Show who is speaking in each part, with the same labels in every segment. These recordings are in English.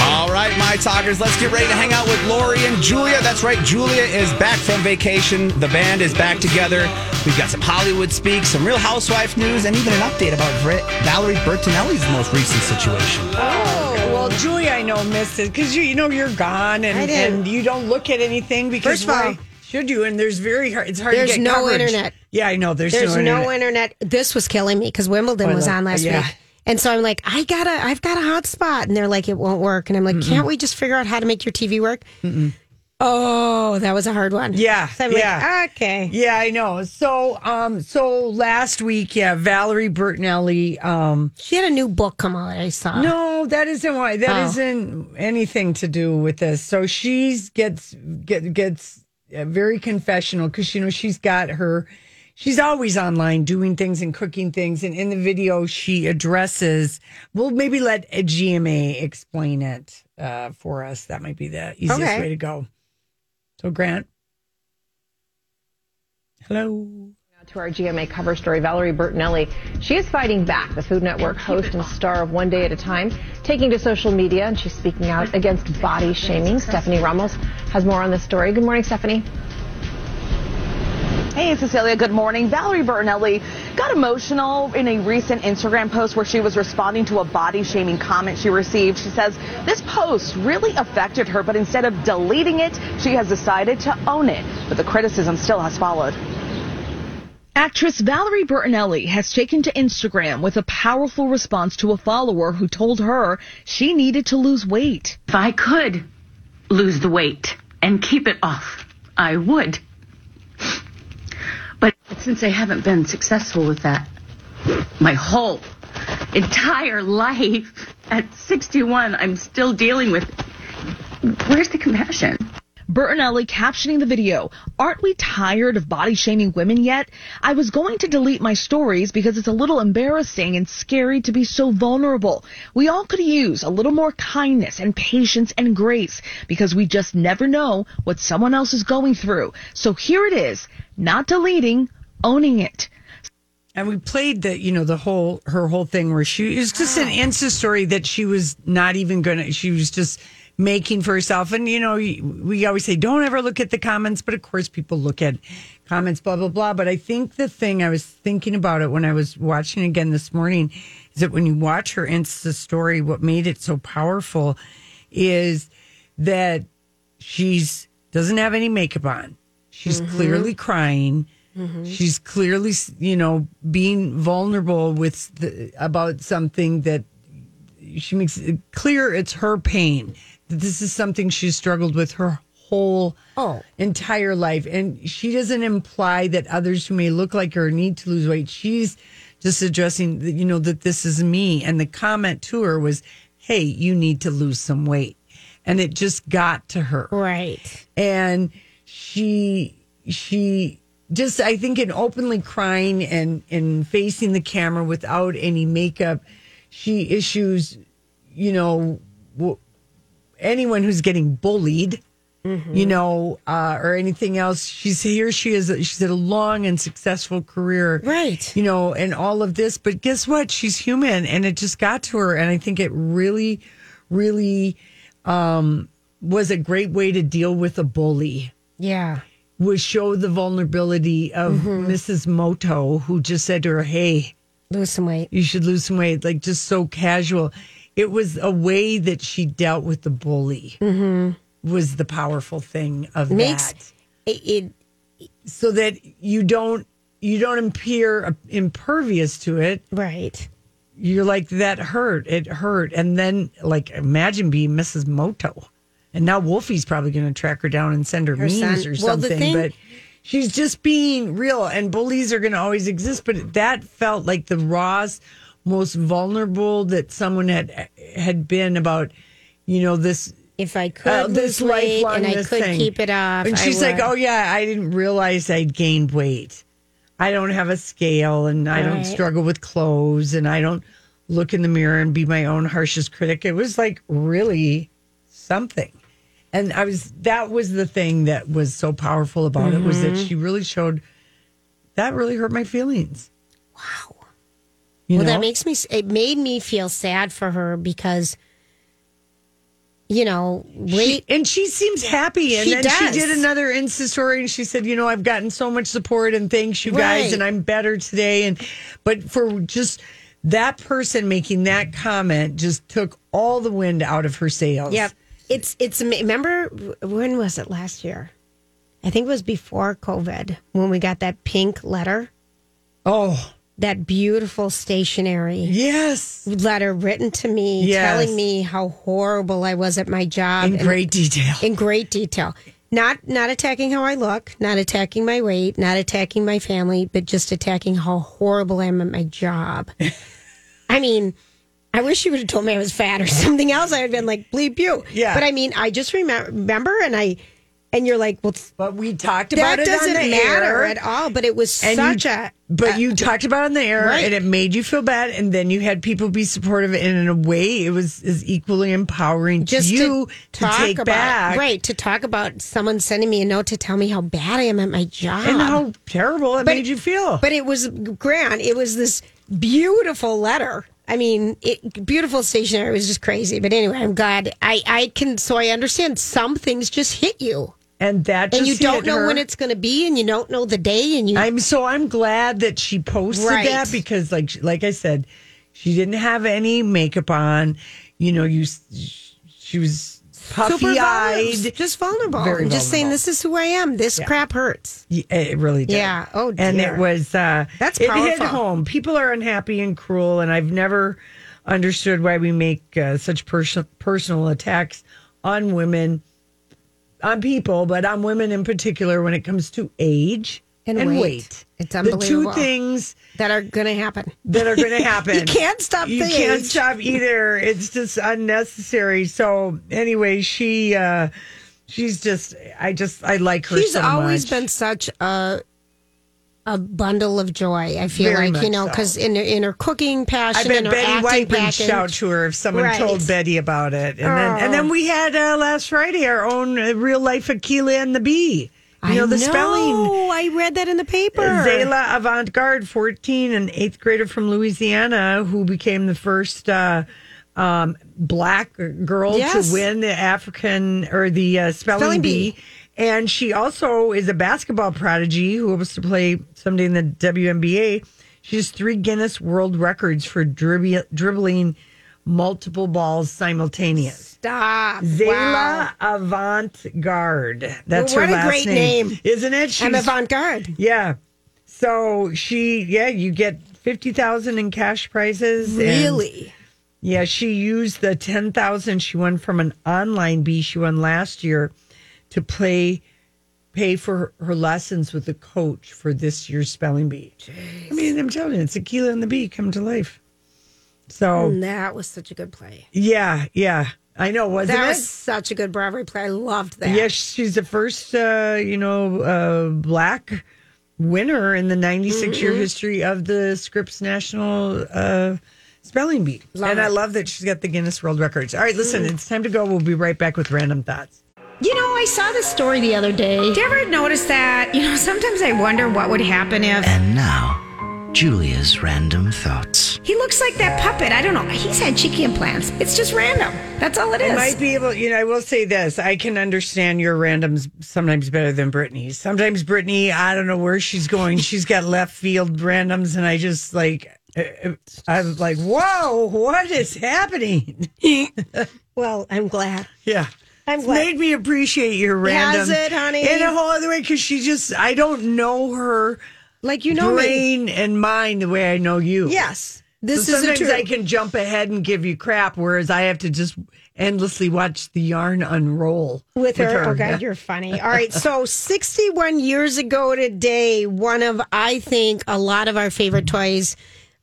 Speaker 1: All right, my talkers, let's get ready to hang out with Lori and Julia. That's right, Julia is back from vacation. The band is back together. We've got some Hollywood speak, some Real Housewife news, and even an update about Vre- Valerie Bertinelli's most recent situation.
Speaker 2: Oh, well, Julia, I know missed it because you, you know you're gone
Speaker 3: I
Speaker 2: and,
Speaker 3: didn't.
Speaker 2: and you don't look at anything because
Speaker 3: First of all,
Speaker 2: why should you? And there's very hard. It's hard.
Speaker 3: There's
Speaker 2: to get
Speaker 3: no
Speaker 2: coverage.
Speaker 3: internet.
Speaker 2: Yeah, I know. There's,
Speaker 3: There's
Speaker 2: no, internet.
Speaker 3: This was killing me because Wimbledon
Speaker 2: Oh, I
Speaker 3: was
Speaker 2: love-
Speaker 3: on last
Speaker 2: yeah.
Speaker 3: week. And so I'm like, I gotta, I've got a hotspot. And they're like, it won't work. And I'm like, can't we just figure out how to make your TV work? Oh, that was a hard one.
Speaker 2: Yeah,
Speaker 3: So I'm
Speaker 2: yeah.
Speaker 3: like, okay.
Speaker 2: Yeah, I know. So, um, so last week, yeah, Valerie Bertinelli. Um,
Speaker 3: She had a new book come out, I saw.
Speaker 2: no, that isn't why. That
Speaker 3: Oh.
Speaker 2: not anything to do with this. So she's gets get, gets uh, very confessional because you know she's got her. She's always online doing things and cooking things. And in the video, she addresses. We'll maybe let a GMA explain it uh, for us. That might be the easiest
Speaker 3: Okay.
Speaker 2: way to go. So, Grant. Hello.
Speaker 4: To our GMA cover story, Valerie Bertinelli. She is fighting back, the Food Network host and star of One Day at a Time, taking to social media, and she's speaking out against body shaming. Stephanie Ramos has more on this story. Good morning, Stephanie.
Speaker 5: Hey, Cecilia, good morning. Valerie Bertinelli got emotional in a recent Instagram post where she was responding to a body shaming comment she received. She says this post really affected her, but instead of deleting it, she has decided to own it. But the criticism still has followed. Actress Valerie Bertinelli has taken to Instagram with a powerful response to a follower who told her she needed to lose weight.
Speaker 6: If I could lose the weight and keep it off, I would. But since I haven't been successful with that my whole entire life, at 61, I'm still dealing with. Where's the compassion?
Speaker 5: Bertinelli captioning the video, Aren't we tired of body shaming women yet? I was going to delete my stories because it's a little embarrassing and scary to be so vulnerable. We all could use a little more kindness and patience and grace because we just never know what someone else is going through. So here it is, not deleting, owning it.
Speaker 2: And we played the, you know, the whole her whole thing where she it was just an Insta story that she was not even gonna. She was just making for herself. And you know, we always say don't ever look at the comments, but of course people look at comments, blah blah blah. But I think the thing I was thinking about it when I was watching again this morning is that when you watch her Insta story, what made it so powerful is that she's doesn't have any makeup on. She's clearly crying. She's clearly, you know, being vulnerable with the, about something that she makes it clear it's her pain. That this is something she's struggled with her whole
Speaker 3: Oh.
Speaker 2: entire life, and she doesn't imply that others who may look like her need to lose weight. She's just addressing, that, you know, that this is me. And the comment to her was, "Hey, you need to lose some weight," and it just got to her
Speaker 3: Right.
Speaker 2: and she she just I think in openly crying and and facing the camera without any makeup, she issues, you know, w- anyone who's getting bullied, you know, uh, or anything else. She's here. She is. She's had a long and successful career,
Speaker 3: Right.
Speaker 2: You know, and all of this. But guess what? She's human, and it just got to her. And I think it really, really um, was a great way to deal with a bully
Speaker 3: Yeah.
Speaker 2: was show the vulnerability of Mrs. Moto, who just said to her, "Hey,
Speaker 3: Lose some weight.
Speaker 2: you should lose some weight," like just so casual. it was a way that she dealt with the bully was the powerful thing of
Speaker 3: Makes-
Speaker 2: that.
Speaker 3: It, it
Speaker 2: So that you don't you don't appear impervious to it.
Speaker 3: right.
Speaker 2: You're like that hurt. It hurt, and then like imagine being Mrs. Moto, and now Wolfie's probably going to track her down and send her, memes
Speaker 3: son-
Speaker 2: or
Speaker 3: well, the
Speaker 2: something.
Speaker 3: thing-
Speaker 2: but she's just being real, and bullies are going to always exist. But that felt like the rawest, most vulnerable that someone had had been about. You know this
Speaker 3: If I could
Speaker 2: uh,
Speaker 3: lose
Speaker 2: this
Speaker 3: weight
Speaker 2: lifelong
Speaker 3: and I
Speaker 2: this
Speaker 3: could
Speaker 2: thing.
Speaker 3: keep it off,
Speaker 2: And
Speaker 3: I
Speaker 2: she's like,
Speaker 3: would.
Speaker 2: "Oh yeah, I didn't realize I'd gained weight. I don't have a scale, and I don't
Speaker 3: Right.
Speaker 2: struggle with clothes, and I don't look in the mirror and be my own harshest critic." It was like really something, and I was that was the thing that was so powerful about it was that
Speaker 3: Mm-hmm.
Speaker 2: she really showed that really hurt my feelings. Wow. You
Speaker 3: well,
Speaker 2: know?
Speaker 3: that makes me. It made me feel sad for her because, you know,
Speaker 2: She-
Speaker 3: weight.
Speaker 2: and she seems happy. And
Speaker 3: She
Speaker 2: then
Speaker 3: does.
Speaker 2: she did another Insta story and she said, you know, I've gotten so much support and thanks you
Speaker 3: Right.
Speaker 2: guys and I'm better today. And but for just that person making that comment just took all the wind out of her sails.
Speaker 3: Yep. It's it's. ama- Remember when was it last year? I think it was before COVID when we got that pink letter,
Speaker 2: Oh,
Speaker 3: that beautiful stationery
Speaker 2: yes.
Speaker 3: letter written to me,
Speaker 2: Yes.
Speaker 3: telling me how horrible I was at my job
Speaker 2: In
Speaker 3: and-
Speaker 2: great detail.
Speaker 3: in great detail. Not not attacking how I look, not attacking my weight, not attacking my family, but just attacking how horrible I am at my job. I mean, I wish you would have told me I was fat or something else. I would have been like, bleep you.
Speaker 2: Yeah.
Speaker 3: But I mean, I just remember, remember and I, and you're like, well,
Speaker 2: But we talked about
Speaker 3: that
Speaker 2: it on
Speaker 3: doesn't
Speaker 2: the
Speaker 3: matter
Speaker 2: air.
Speaker 3: at all. But it was
Speaker 2: And
Speaker 3: such
Speaker 2: you-
Speaker 3: a,
Speaker 2: But you talked about it on the air,
Speaker 3: uh, Right.
Speaker 2: and it made you feel bad. And then you had people be supportive, and in a way, it was is equally empowering
Speaker 3: just
Speaker 2: to you
Speaker 3: to,
Speaker 2: to,
Speaker 3: talk
Speaker 2: take
Speaker 3: about,
Speaker 2: back,
Speaker 3: right, to talk about someone sending me a note to tell me how bad I am at my job.
Speaker 2: And how terrible it
Speaker 3: Uh-huh. But-
Speaker 2: made you feel.
Speaker 3: But it was grand. It was this beautiful letter. I mean, it, beautiful stationery. It was just crazy. But anyway, I'm glad I, I can. So I understand some things just hit you,
Speaker 2: and that just
Speaker 3: and you don't
Speaker 2: hit
Speaker 3: know
Speaker 2: her.
Speaker 3: when it's going to be, and you don't know the day, and you.
Speaker 2: I'm so I'm glad that she posted
Speaker 3: Right.
Speaker 2: that because like like I said, she didn't have any makeup on. You know, you s- she was
Speaker 3: super
Speaker 2: puffy
Speaker 3: vulnerable,
Speaker 2: eyed.
Speaker 3: just vulnerable.
Speaker 2: Very
Speaker 3: I'm just saying,
Speaker 2: vulnerable.
Speaker 3: this is who I am. This crap hurts.
Speaker 2: eh, It really did.
Speaker 3: Yeah. Oh,
Speaker 2: and
Speaker 3: dear.
Speaker 2: it was uh,
Speaker 3: That's
Speaker 2: it hit
Speaker 3: powerful.
Speaker 2: home. People are unhappy and cruel, and I've never understood why we make uh, such pers- personal attacks on women, on people, but on women in particular when it comes to age
Speaker 3: And weight. It's
Speaker 2: The two
Speaker 3: unbelievable.
Speaker 2: things
Speaker 3: That are going to happen.
Speaker 2: that are going to happen.
Speaker 3: You can't stop
Speaker 2: You
Speaker 3: the
Speaker 2: can't
Speaker 3: age.
Speaker 2: stop either. It's just unnecessary. So anyway, she uh she's just I just I like her.
Speaker 3: She's
Speaker 2: so
Speaker 3: always
Speaker 2: much.
Speaker 3: been such a a bundle of joy. I feel
Speaker 2: Very
Speaker 3: like you
Speaker 2: much
Speaker 3: know
Speaker 2: so.
Speaker 3: because in her, in her cooking passion,
Speaker 2: I bet
Speaker 3: in her
Speaker 2: Betty
Speaker 3: acting
Speaker 2: White
Speaker 3: passion,
Speaker 2: reached out to her if someone
Speaker 3: Right. Oh.
Speaker 2: told Betty about it, and then and then we had uh, last Friday our own uh, real life Aquila and the Bee. You know
Speaker 3: I
Speaker 2: the spelling.
Speaker 3: know. I read that in the paper.
Speaker 2: Zayla Avant Garde, 14, an eighth grader from Louisiana, who became the first uh, um, black girl
Speaker 3: Yes.
Speaker 2: to win the African or the uh, spelling,
Speaker 3: Spelling bee.
Speaker 2: bee. And she also is a basketball prodigy who hopes to play someday in the WNBA. She has three Guinness World Records for dribbi- dribbling multiple balls simultaneous.
Speaker 3: Stop.
Speaker 2: Zayla Avant Garde. That's
Speaker 3: Well, what
Speaker 2: her
Speaker 3: a
Speaker 2: last
Speaker 3: great name.
Speaker 2: isn't it? She's
Speaker 3: I'm avant garde.
Speaker 2: yeah. So she, yeah, you get fifty thousand in cash prizes. and-
Speaker 3: Really?
Speaker 2: yeah, she used the ten thousand she won from an online bee she won last year to play, pay for her, her lessons with the coach for this year's spelling bee. I mean, I'm telling you, it's Aquila and the bee come to life. So
Speaker 3: That was such a good play.
Speaker 2: yeah, yeah, I know. Wasn't
Speaker 3: That
Speaker 2: it?
Speaker 3: was such a good Broadway play. I loved that.
Speaker 2: Yes, she's the first, uh, you know, uh, black winner in the 96 year history of the Scripps National uh, Spelling Bee. and I love Mm. that she's got the Guinness World Records. All right, listen, it's time to go. We'll be right back with random thoughts.
Speaker 7: You know, I saw this story the other day. Did you ever notice that? You know, sometimes I wonder what would happen if
Speaker 8: And now, Julia's random thoughts.
Speaker 7: he looks like that puppet. I don't know. He's had cheeky implants. It's just random. That's all it
Speaker 2: I
Speaker 7: is.
Speaker 2: might be able, you know, I will say this I can understand your randoms sometimes better than Brittany's. Sometimes Brittany, I don't know where she's going. She's got left field randoms, and I just like. I was like, whoa, what is happening?
Speaker 3: Well, I'm glad.
Speaker 2: Yeah.
Speaker 3: I'm
Speaker 2: It's
Speaker 3: glad.
Speaker 2: made me appreciate your random.
Speaker 3: Has it, honey?
Speaker 2: In a whole other way, because she just, I don't know her
Speaker 3: Like you know me.
Speaker 2: brain and mind the way I know you. So
Speaker 3: Yes. This is a
Speaker 2: sometimes
Speaker 3: true.
Speaker 2: I can jump ahead and give you crap, whereas I have to just endlessly watch the yarn unroll
Speaker 3: with her. Oh God,
Speaker 2: Yeah.
Speaker 3: you're funny. All right, so 61 years ago today, one of I think a lot of our favorite toys.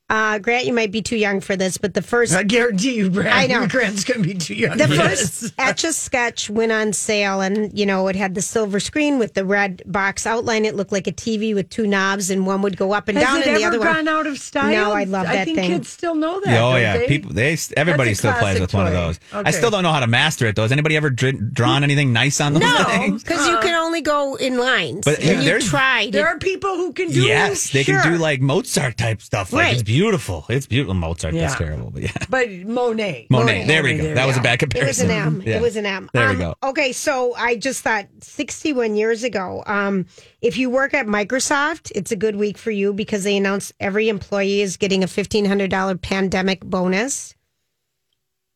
Speaker 3: Uh, Grant, you might be too young for this, but the first
Speaker 2: I guarantee you, Brad.
Speaker 3: I know.
Speaker 2: Your grand's going to be too young.
Speaker 3: the
Speaker 2: for
Speaker 3: first
Speaker 2: this.
Speaker 3: Etch a Sketch went on sale, and you know it had the silver screen with the red box outline. It looked like a TV with two knobs, and one would go up and
Speaker 2: Has
Speaker 3: down,
Speaker 2: it
Speaker 3: and the
Speaker 2: ever
Speaker 3: other
Speaker 2: gone
Speaker 3: one.
Speaker 2: out of style?
Speaker 3: No, I love
Speaker 2: I
Speaker 3: that
Speaker 2: think
Speaker 3: thing.
Speaker 2: kids still know that.
Speaker 1: oh
Speaker 2: don't
Speaker 1: yeah,
Speaker 2: they?
Speaker 1: people they everybody
Speaker 2: That's a
Speaker 1: still plays
Speaker 2: classic
Speaker 1: with one of
Speaker 2: toy.
Speaker 1: those. I
Speaker 2: Okay.
Speaker 1: still don't know how to master it though. Has anybody ever dr- drawn anything nice on those
Speaker 3: No,
Speaker 2: Oh.
Speaker 1: things?
Speaker 3: because you can only go in lines.
Speaker 1: But
Speaker 3: and you
Speaker 1: there's-
Speaker 3: tried.
Speaker 2: There are people who can do.
Speaker 1: Yes, they can do
Speaker 2: sure.
Speaker 1: like Mozart type stuff. Like it's
Speaker 3: Right.
Speaker 1: beautiful. It's beautiful. Mozart. That's
Speaker 2: Yeah.
Speaker 1: terrible. But yeah,
Speaker 2: But Monet.
Speaker 1: Monet. there we go. that was a bad
Speaker 3: It was
Speaker 1: comparison.
Speaker 3: an M.
Speaker 1: Yeah.
Speaker 3: It was an M.
Speaker 1: There
Speaker 3: um,
Speaker 1: we go.
Speaker 3: Okay, so I just thought 61 years ago. Um, if you work at Microsoft, it's a good week for you because they announced every employee is getting a $1,500 pandemic bonus.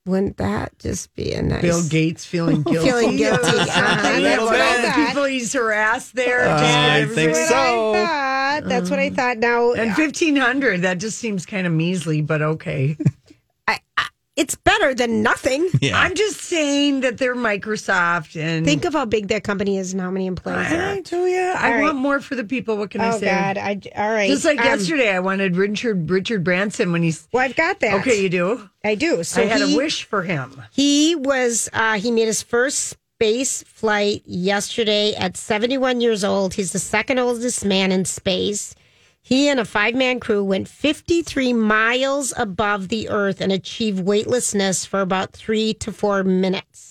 Speaker 3: Wouldn't that just be a nice?
Speaker 2: Bill Gates feeling guilty.
Speaker 3: Feeling guilty.
Speaker 2: about
Speaker 3: Uh-huh.
Speaker 2: something.
Speaker 3: That's what I
Speaker 2: all the
Speaker 3: thought.
Speaker 2: people he's harassed there. just
Speaker 1: I
Speaker 2: everybody-
Speaker 1: think
Speaker 3: That's what
Speaker 1: so.
Speaker 3: I thought. That's what I thought. Now
Speaker 2: um, And fifteen hundred. That just seems kind of measly, but okay.
Speaker 3: it's better than nothing.
Speaker 1: Yeah.
Speaker 2: I'm just saying that they're Microsoft and.
Speaker 3: Think of how big that company is and how many employees. there are.
Speaker 2: I do, Oh, yeah. I
Speaker 3: All right.
Speaker 2: want more for the people. What can I
Speaker 3: Oh
Speaker 2: say?
Speaker 3: God! I all right.
Speaker 2: Just like
Speaker 3: Um,
Speaker 2: yesterday, I wanted Richard Richard Branson when he's
Speaker 3: Well, I've got that.
Speaker 2: okay. You do.
Speaker 3: I do. So
Speaker 2: I had
Speaker 3: he,
Speaker 2: a wish for him.
Speaker 3: He was uh, he made his first space flight yesterday at 71 years old. He's the second oldest man in space. He and a five man crew went 53 miles above the Earth and achieved weightlessness for about three to four minutes.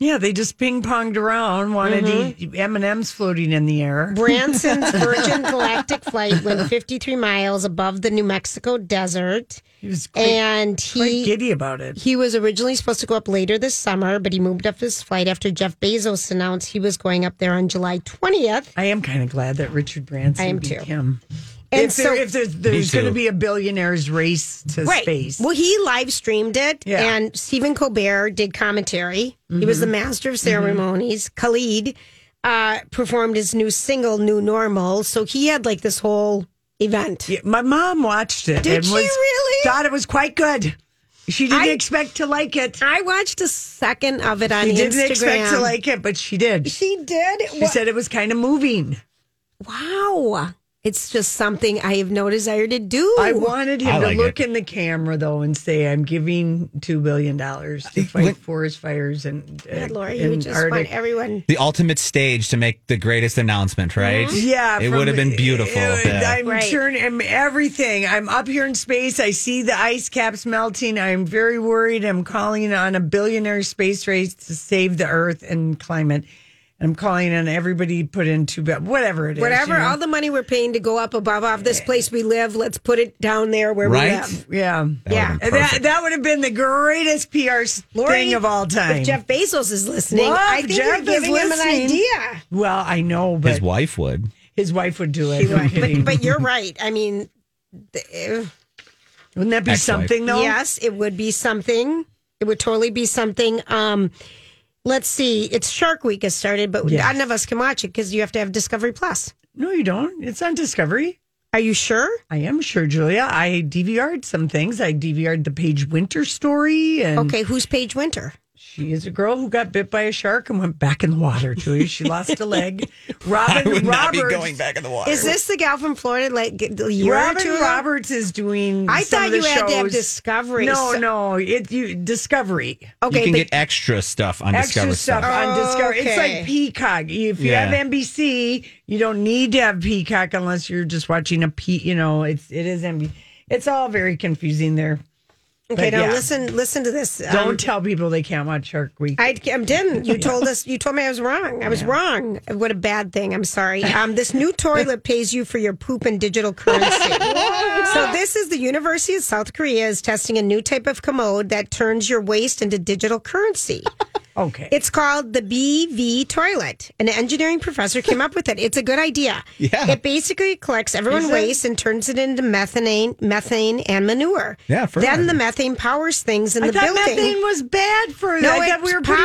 Speaker 2: Yeah, they just ping ponged around. Wanted E, M and M's floating in the air.
Speaker 3: Branson's Virgin Galactic flight went 53 miles above the New Mexico desert,
Speaker 2: He was quite,
Speaker 3: and
Speaker 2: quite
Speaker 3: he
Speaker 2: giddy about it.
Speaker 3: He was originally supposed to go up later this summer, but he moved up his flight after Jeff Bezos announced he was going up there on July 20th.
Speaker 2: I am kind of glad that Richard Branson
Speaker 3: I am
Speaker 2: beat
Speaker 3: too.
Speaker 2: him.
Speaker 3: And
Speaker 2: if,
Speaker 3: so-
Speaker 2: there, if there's, there's
Speaker 1: too.
Speaker 2: going to be a billionaires race to space,
Speaker 3: Well, he live streamed it,
Speaker 2: Yeah. Mm-hmm.
Speaker 3: and Stephen Colbert did commentary. He was the master of ceremonies. Khalid uh, performed his new single, New Normal. So he had like this whole event.
Speaker 2: Yeah, my mom watched it.
Speaker 3: Did
Speaker 2: and
Speaker 3: she
Speaker 2: was,
Speaker 3: really?
Speaker 2: Thought it was quite good. She didn't
Speaker 3: I-
Speaker 2: expect to like it.
Speaker 3: I watched a second of it on
Speaker 2: She didn't
Speaker 3: Instagram.
Speaker 2: expect to like it, but she did.
Speaker 3: she did.
Speaker 2: She
Speaker 3: Wha-
Speaker 2: said it was kind of moving.
Speaker 3: wow. It's just something I have no desire to do.
Speaker 2: I wanted him
Speaker 1: I like
Speaker 2: to look
Speaker 1: it.
Speaker 2: in the camera though and say, "I'm giving two billion dollars to fight forest fires and uh,
Speaker 3: God, Lori,
Speaker 2: in
Speaker 3: you just
Speaker 2: Arctic."
Speaker 3: want everyone.
Speaker 1: the ultimate stage to make the greatest announcement, right?
Speaker 3: Mm-hmm.
Speaker 2: Yeah,
Speaker 1: it
Speaker 2: from-
Speaker 1: would have been beautiful.
Speaker 2: it-
Speaker 1: yeah.
Speaker 2: I'm
Speaker 3: Right.
Speaker 2: turning I'm everything. I'm up here in space. I see the ice caps melting. I'm very worried. I'm calling on a billionaire space race to save the Earth and climate. And I'm calling on everybody to put in two, bi- whatever it is.
Speaker 3: Whatever,
Speaker 2: you know?
Speaker 3: all the money we're paying to go up above off this place we live, let's put it down there where we
Speaker 1: Right?
Speaker 3: live.
Speaker 2: yeah,
Speaker 3: yeah.
Speaker 2: And that that would have been the greatest PR s-
Speaker 3: Lori,
Speaker 2: thing of all time.
Speaker 3: If Jeff Bezos is listening,
Speaker 2: Well,
Speaker 3: I
Speaker 2: if
Speaker 3: think
Speaker 2: Jeff
Speaker 3: you're giving
Speaker 2: is
Speaker 3: him an
Speaker 2: listening-
Speaker 3: idea.
Speaker 2: well, I know, but
Speaker 1: His
Speaker 2: his,
Speaker 1: wife would.
Speaker 2: wife would do it. No kidding.
Speaker 3: But, but you're right. I mean, th-
Speaker 2: Wouldn't that be
Speaker 1: Ex-wife.
Speaker 2: something though?
Speaker 3: yes, it would be something. It would totally be something. Um, let's see. It's Shark Week has started, but
Speaker 2: Yes.
Speaker 3: none of us can watch it because you have to have Discovery Plus.
Speaker 2: No, you don't. It's on Discovery.
Speaker 3: Are you sure?
Speaker 2: I am sure, Julia. I DVR'd some things. I DVR'd the Paige Winter story, and
Speaker 3: Okay, who's Paige Winter?
Speaker 2: she is a girl who got bit by a shark and went back in the water. Julia, she lost a leg. Robin
Speaker 1: I would not be
Speaker 2: Roberts.
Speaker 1: going back in the water.
Speaker 3: Is this the gal from Florida? Like a year or
Speaker 2: Robin
Speaker 3: two ago?
Speaker 2: Roberts is doing.
Speaker 3: I
Speaker 2: some
Speaker 3: thought
Speaker 2: of the
Speaker 3: you had to have
Speaker 2: shows.
Speaker 3: Discovery,
Speaker 2: No,
Speaker 3: so-
Speaker 2: no, it you Discovery.
Speaker 3: Okay,
Speaker 1: you can
Speaker 3: but
Speaker 1: get extra stuff on
Speaker 2: Extra
Speaker 1: Discover
Speaker 2: stuff
Speaker 1: stuff.
Speaker 2: on Discovery. It's
Speaker 3: Okay.
Speaker 2: like Peacock. If you
Speaker 1: Yeah.
Speaker 2: have NBC, you don't need to have Peacock unless you're just watching a P. You know, it's it is NBC. It's all very confusing there.
Speaker 3: Okay,
Speaker 2: But
Speaker 3: now
Speaker 2: yeah.
Speaker 3: listen. Listen to this. Um,
Speaker 2: Don't tell people they can't watch Shark Week.
Speaker 3: I, I didn't. You told us. You told me I was wrong. I was wrong. What a bad thing. I'm sorry. Um, this new toilet pays you for your poop in digital currency. so this is the University of South Korea is testing a new type of commode that turns your waste into digital currency.
Speaker 2: Okay.
Speaker 3: It's called the BV toilet. An engineering professor came up with it. It's a good idea.
Speaker 1: Yeah.
Speaker 3: It basically collects everyone's waste and turns it into methane, methane and manure.
Speaker 1: Yeah, fertilizer.
Speaker 3: Then the methane powers things in
Speaker 2: I
Speaker 3: the
Speaker 2: thought
Speaker 3: building.
Speaker 2: methane was bad for
Speaker 3: No,
Speaker 2: that. I
Speaker 3: it
Speaker 2: thought we were
Speaker 3: po-
Speaker 2: pretty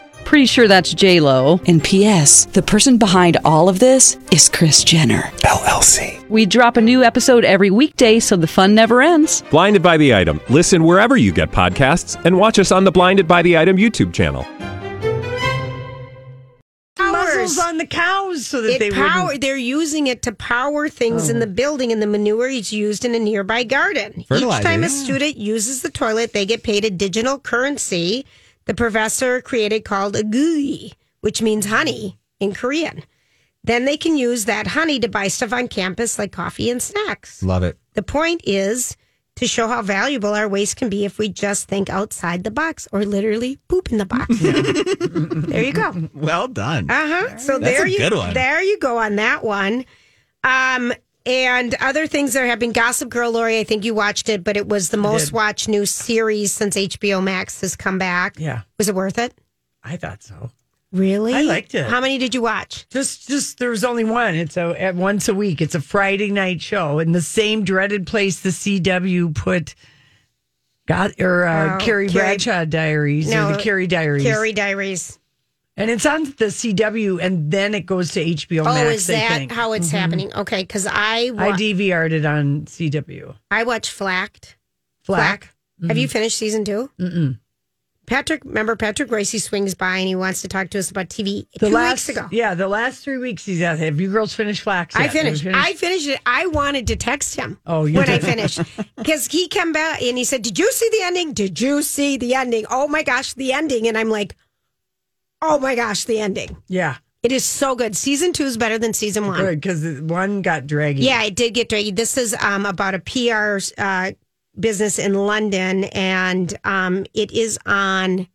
Speaker 9: Pretty sure that's J Lo. And P.S. The person behind all of this is Chris Jenner
Speaker 10: LLC.
Speaker 9: We drop a new episode every weekday, so the fun never ends.
Speaker 10: Blinded by the item. Listen wherever you get podcasts, and watch us on the Blinded by the Item YouTube channel.
Speaker 2: muzzles on the cows so that
Speaker 3: it
Speaker 2: they
Speaker 3: power
Speaker 2: wouldn't. Oh.
Speaker 3: they're using it to power things in the building and the manure is used in a nearby garden
Speaker 1: Fertilizer,
Speaker 3: each time
Speaker 1: yeah.
Speaker 3: a student uses the toilet they get paid a digital currency the professor created called a gui which means honey in korean then they can use that honey to buy stuff on campus like coffee and snacks
Speaker 1: Love it.
Speaker 3: the point is to show how valuable our waste can be if we just think outside the box or literally poop in the box there you go
Speaker 1: Well done.
Speaker 2: Um,
Speaker 3: uh huh. So
Speaker 1: That's
Speaker 3: there
Speaker 1: a
Speaker 3: you
Speaker 1: good one.
Speaker 3: there you go on that one. Um, and other things that are happening. Gossip Girl, Lori. I think you watched it, but it was the most
Speaker 2: did.
Speaker 3: watched new series since HBO Max has come back.
Speaker 2: Yeah,
Speaker 3: Was it worth it?
Speaker 2: I thought so.
Speaker 3: Really?
Speaker 2: I liked it.
Speaker 3: How many did you watch?
Speaker 2: Just, just there was only one. It's a at once a week. It's a Friday night show in the same dreaded place the CW put. Got or uh,
Speaker 3: Oh,
Speaker 2: Carrie
Speaker 3: Carrie-
Speaker 2: Bradshaw Diaries or the Carrie Diaries,
Speaker 3: Carrie Diaries.
Speaker 2: and it's on the CW, and then it goes to HBO
Speaker 3: Oh,
Speaker 2: Max.
Speaker 3: is
Speaker 2: I
Speaker 3: that
Speaker 2: think. Mm-hmm.
Speaker 3: how it's happening? Okay, because I wa-
Speaker 2: I DVR'd it on CW.
Speaker 3: I watched Flacked.
Speaker 2: Flack.
Speaker 3: Have you finished season two? Mm-mm. Patrick, remember Patrick Gracie swings by and he wants to talk to us about TV
Speaker 2: The
Speaker 3: two
Speaker 2: last,
Speaker 3: weeks ago.
Speaker 2: Yeah, the last three weeks he's out. Have you girls finished Flax?
Speaker 3: I
Speaker 2: yet? Have you
Speaker 3: finished. I finished it. I wanted to text him.
Speaker 2: Oh, you
Speaker 3: when I
Speaker 2: did.
Speaker 3: finished, because he came back and he said, "Did you see the ending? Did you see the ending? Oh my gosh, the ending!" And I'm like, "Oh my gosh, the ending!
Speaker 2: Yeah,
Speaker 3: It is so good. Season two is better than season one."
Speaker 2: good because one got draggy.
Speaker 3: Yeah, it did get dirty. This is um, about a PR uh, business in London, and um, it is on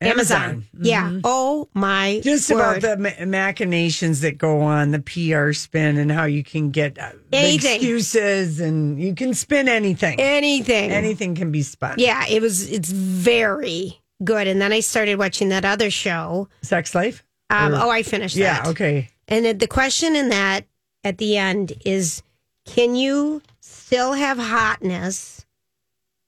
Speaker 3: Amazon.
Speaker 2: Amazon. Mm-hmm.
Speaker 3: Yeah. Oh my.
Speaker 2: Just
Speaker 3: word.
Speaker 2: about the ma- machinations that go on, the PR spin, and how you can get uh,
Speaker 3: Anything.
Speaker 2: excuses, and you can spin anything.
Speaker 3: anything.
Speaker 2: Anything can be spun.
Speaker 3: Yeah, it was. It's very good. And then I started watching that other show.
Speaker 2: Sex life.
Speaker 3: Um, oh, I finished
Speaker 2: Mm. Yeah.
Speaker 3: that.
Speaker 2: Okay.
Speaker 3: And then the question in that at the end is, can you still have hotness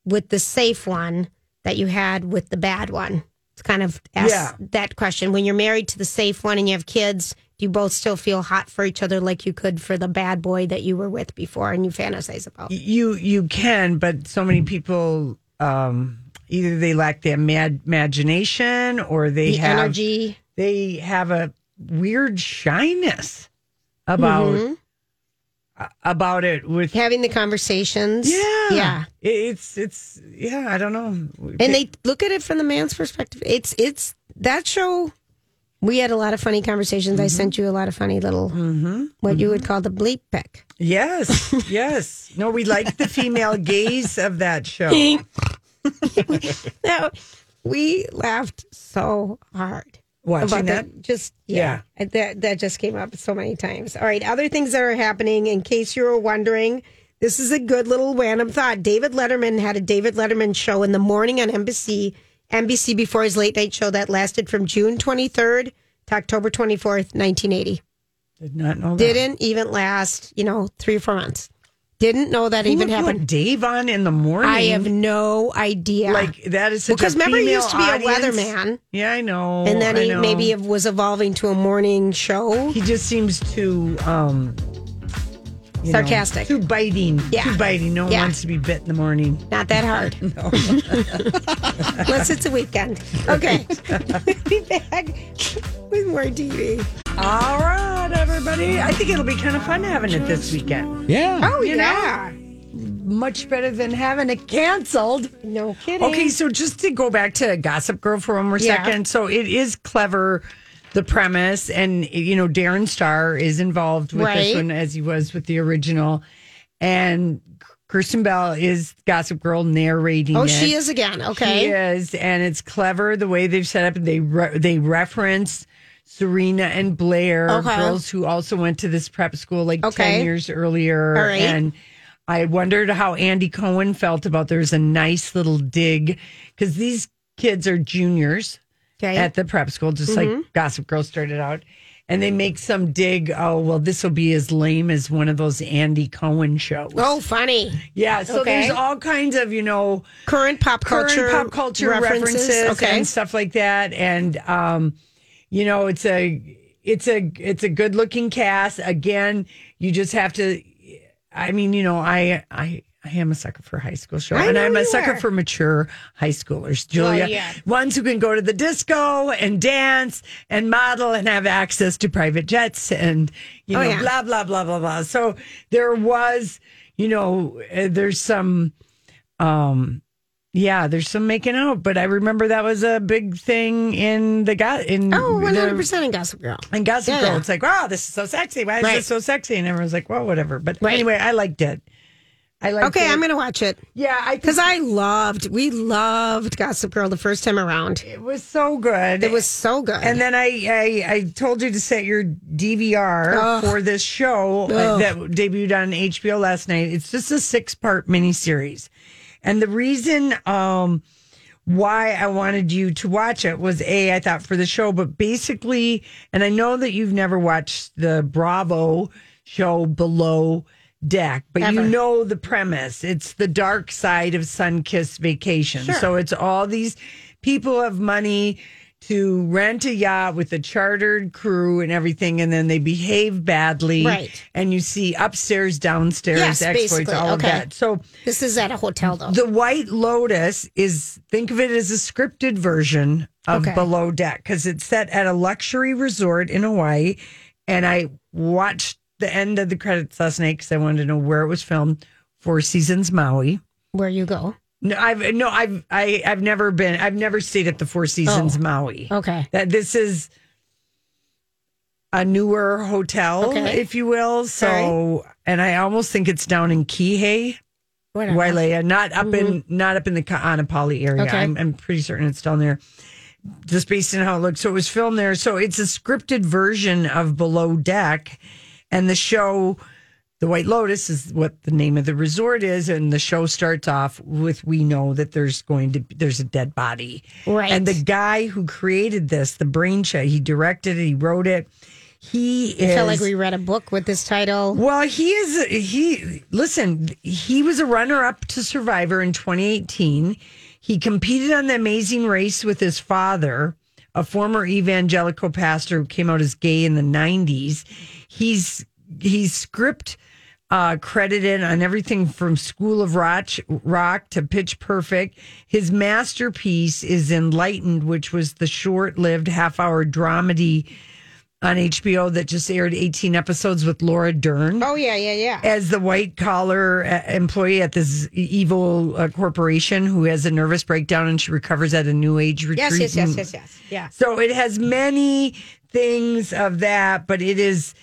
Speaker 3: with the safe one that you had with the bad one? It's kind of ask
Speaker 2: Yeah.
Speaker 3: that question. When you're married to the safe one and you have kids, do you both still feel hot for each other like you could for the bad boy that you were with before and you fantasize about?
Speaker 2: you you can but so many people um either they lack the imag- imagination or they
Speaker 3: The
Speaker 2: have
Speaker 3: energy.
Speaker 2: they have a weird shyness about
Speaker 3: Mm-hmm.
Speaker 2: a- about it with
Speaker 3: Having the conversations.
Speaker 2: yeah
Speaker 3: Yeah.
Speaker 2: It- it's it's yeah i don't know
Speaker 3: and they look at it from the man's perspective. It's it's that show. We had a lot of funny conversations. I sent you a lot of funny little what you would call the bleep pick.
Speaker 2: yes yes no we like the female gaze of that show
Speaker 3: Now we laughed so hard
Speaker 2: watching
Speaker 3: about
Speaker 2: that
Speaker 3: that. Just yeah, that that just came up so many times. All right, other things that are happening. In case you were wondering, this is a good little random thought. David Letterman had a David Letterman show in the morning on NBC. NBC before his late night show that lasted from June 23rd to October 24th, 1980.
Speaker 2: did not know that.
Speaker 3: didn't even last, you know, three or four months. Didn't know that
Speaker 2: Who
Speaker 3: even
Speaker 2: would put
Speaker 3: happened.
Speaker 2: dave on in the morning
Speaker 3: I have no idea.
Speaker 2: like that is such
Speaker 3: because
Speaker 2: a
Speaker 3: remember, he
Speaker 2: female
Speaker 3: used to be
Speaker 2: audience.
Speaker 3: a weatherman,
Speaker 2: Yeah, I know.
Speaker 3: and then
Speaker 2: oh, I
Speaker 3: he
Speaker 2: know.
Speaker 3: maybe it was evolving to a morning show.
Speaker 2: he just seems to um you know,
Speaker 3: Sarcastic.
Speaker 2: too biting.
Speaker 3: Yeah.
Speaker 2: Too biting. No one
Speaker 3: Yeah.
Speaker 2: wants to be bit in the morning.
Speaker 3: Not that hard.
Speaker 2: No.
Speaker 3: Unless it's a weekend. Okay. be back with more TV.
Speaker 2: All right, everybody. I think it'll be kind of fun having it this weekend.
Speaker 1: Yeah.
Speaker 3: Oh,
Speaker 2: You know?
Speaker 3: yeah.
Speaker 2: Much better than having it canceled.
Speaker 3: No kidding.
Speaker 2: Okay, so just to go back to Gossip Girl for one more
Speaker 3: Yeah.
Speaker 2: second. So it is clever, the premise, and you know Darren Star is involved with this
Speaker 3: Right.
Speaker 2: one as he was with the original, and Kirsten Bell is Gossip Girl narrating.
Speaker 3: Oh,
Speaker 2: it.
Speaker 3: she is again.
Speaker 2: She
Speaker 3: Okay.
Speaker 2: is, and it's clever the way they've set up. They re- they reference Serena and Blair,
Speaker 3: Okay.
Speaker 2: girls who also went to this prep school like
Speaker 3: Okay.
Speaker 2: ten years earlier,
Speaker 3: All right.
Speaker 2: and. I wondered how Andy Cohen felt about there's a nice little dig because these kids are juniors
Speaker 3: Okay.
Speaker 2: at the prep school, just
Speaker 3: Mhm.
Speaker 2: like Gossip Girl started out. And they make some dig, oh, well, this will be as lame as one of those Andy Cohen shows.
Speaker 3: Oh, funny.
Speaker 2: Yeah, so
Speaker 3: Okay.
Speaker 2: there's all kinds of, you know,
Speaker 3: Current pop
Speaker 2: current
Speaker 3: culture.
Speaker 2: pop culture references,
Speaker 3: Okay.
Speaker 2: and stuff like that. And um, you know, it's a it's a it's a good looking cast. Again, you just have to. I mean, you know, I I. I am a sucker for high school show,
Speaker 3: I
Speaker 2: and
Speaker 3: know
Speaker 2: I'm a
Speaker 3: you
Speaker 2: sucker
Speaker 3: are.
Speaker 2: for mature high schoolers, Julia.
Speaker 3: yeah.
Speaker 2: Ones who can go to the disco and dance and model and have access to private jets and you
Speaker 3: Oh,
Speaker 2: know
Speaker 3: yeah.
Speaker 2: blah blah blah blah blah. So there was, you know, uh, there's some um yeah there's some making out but i remember that was a big thing in the guy in
Speaker 3: Oh,
Speaker 2: the,
Speaker 3: 100% in Gossip Girl.
Speaker 2: in gossip
Speaker 3: Yeah,
Speaker 2: girl
Speaker 3: yeah.
Speaker 2: it's like wow this is so sexy why is
Speaker 3: Right.
Speaker 2: this so sexy and everyone's like well whatever but anyway i liked it i liked
Speaker 3: Okay,
Speaker 2: it.
Speaker 3: I'm going to watch it.
Speaker 2: yeah i
Speaker 3: Because
Speaker 2: because
Speaker 3: I loved, we loved Gossip Girl the first time around.
Speaker 2: it was so good
Speaker 3: It was so good.
Speaker 2: and then I, I I told you to set your DVR
Speaker 3: Ugh.
Speaker 2: for this show uh,
Speaker 3: Ugh.
Speaker 2: that debuted on HBO last night. It's just a six part miniseries, and the reason um, why I wanted you to watch it was a I thought for the show, but basically, and I know that you've never watched the Bravo show Below Deck, but
Speaker 3: Ever.
Speaker 2: you know the premise. It's the dark side of Sunkiss Vacation. So it's all these people have money to rent a yacht with a chartered crew and everything, and then they behave badly.
Speaker 3: Right.
Speaker 2: And you see upstairs, downstairs,
Speaker 3: Yes,
Speaker 2: exploits,
Speaker 3: basically.
Speaker 2: all of
Speaker 3: Okay.
Speaker 2: that. So
Speaker 3: this is at a hotel, though.
Speaker 2: the White Lotus is think of it as a scripted version of
Speaker 3: Okay.
Speaker 2: Below Deck because it's set at a luxury resort in Hawaii. And I watched the end of the credits last night because I wanted to know where it was filmed. Four Seasons Maui.
Speaker 3: Where you go.
Speaker 2: No, I've no, I've I, I've never been. I've never stayed at the Four Seasons
Speaker 3: Oh.
Speaker 2: Maui.
Speaker 3: Okay.
Speaker 2: That this is a newer hotel,
Speaker 3: Okay.
Speaker 2: if you will. So, and I almost think it's down in Kihei.
Speaker 3: Whatever.
Speaker 2: Wailea, not up in not up in the Kaanapali area.
Speaker 3: mm-hmm. Okay.
Speaker 2: I'm, I'm pretty certain it's down there, just based on how it looks. So it was filmed there. So it's a scripted version of Below Deck, and the show, The White Lotus, is what the name of the resort is, and the show starts off with we know that there's going to there's a dead body,
Speaker 3: Right.
Speaker 2: And the guy who created this, the brain shot, he directed it, he wrote it. He
Speaker 3: I
Speaker 2: is
Speaker 3: felt like we read a book with this title.
Speaker 2: well, he is he listen, he was a runner up to Survivor in 2018. He competed on the amazing race with his father, a former evangelical pastor who came out as gay in the 90s. He's he's script uh, credited on everything from School of Rock, Rock to Pitch Perfect. His masterpiece is Enlightened, which was the short lived half hour dramedy on HBO that just aired 18 episodes with Laura Dern
Speaker 3: Oh, yeah, yeah, yeah.
Speaker 2: as the white collar uh, employee at this evil uh, corporation who has a nervous breakdown and she recovers at a new age retreat.
Speaker 3: Yes, yes, yes,
Speaker 2: And-
Speaker 3: yes, yes. Yeah.
Speaker 2: So it has many things of that, but it is.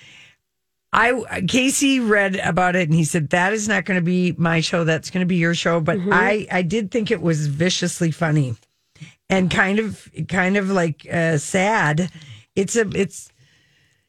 Speaker 2: I uh, Casey read about it and he said that is not going to be my show. That's going to be your show. But
Speaker 3: Mm-hmm.
Speaker 2: I I did think it was viciously funny, and kind of kind of like uh, sad. It's a it's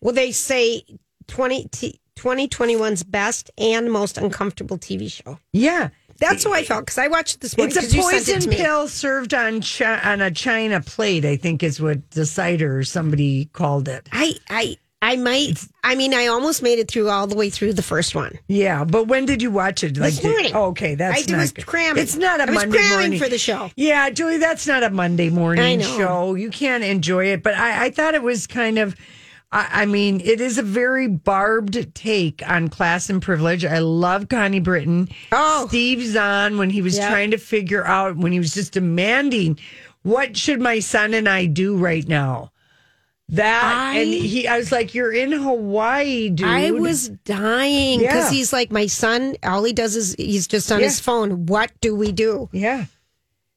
Speaker 3: Well, they say 20, t- 2021's best and most uncomfortable TV show.
Speaker 2: yeah.
Speaker 3: That's how I felt because I watched it this morning.
Speaker 2: It's
Speaker 3: 'cause
Speaker 2: a
Speaker 3: you sent it
Speaker 2: poison
Speaker 3: to me.
Speaker 2: pill served on chi- on a china plate. I think is what decider or somebody called it.
Speaker 3: I, I, I might. I mean, I almost made it through all the way through the first one.
Speaker 2: Yeah, but when did you watch it?
Speaker 3: This
Speaker 2: did-
Speaker 3: morning.
Speaker 2: oh, okay, that's
Speaker 3: I did-
Speaker 2: not
Speaker 3: was
Speaker 2: good.
Speaker 3: cramming.
Speaker 2: It's not a
Speaker 3: I was
Speaker 2: Monday
Speaker 3: cramming
Speaker 2: morning
Speaker 3: for the show.
Speaker 2: Yeah, Julie, that's not a Monday morning
Speaker 3: I know.
Speaker 2: show. You can't enjoy it. But I, I thought it was kind of. I, I mean, it is a very barbed take on class and privilege. I love Connie Britton. Oh, Steve Zahn when he was
Speaker 3: Yeah.
Speaker 2: trying to figure out when he was just demanding, what should my son and I do right now? That
Speaker 3: I-
Speaker 2: and he, I was like, you're in Hawaii, dude.
Speaker 3: I was dying because
Speaker 2: Yeah.
Speaker 3: he's like, my son, all he does is he's just on his
Speaker 2: Yeah.
Speaker 3: phone. What do we do?
Speaker 2: Yeah.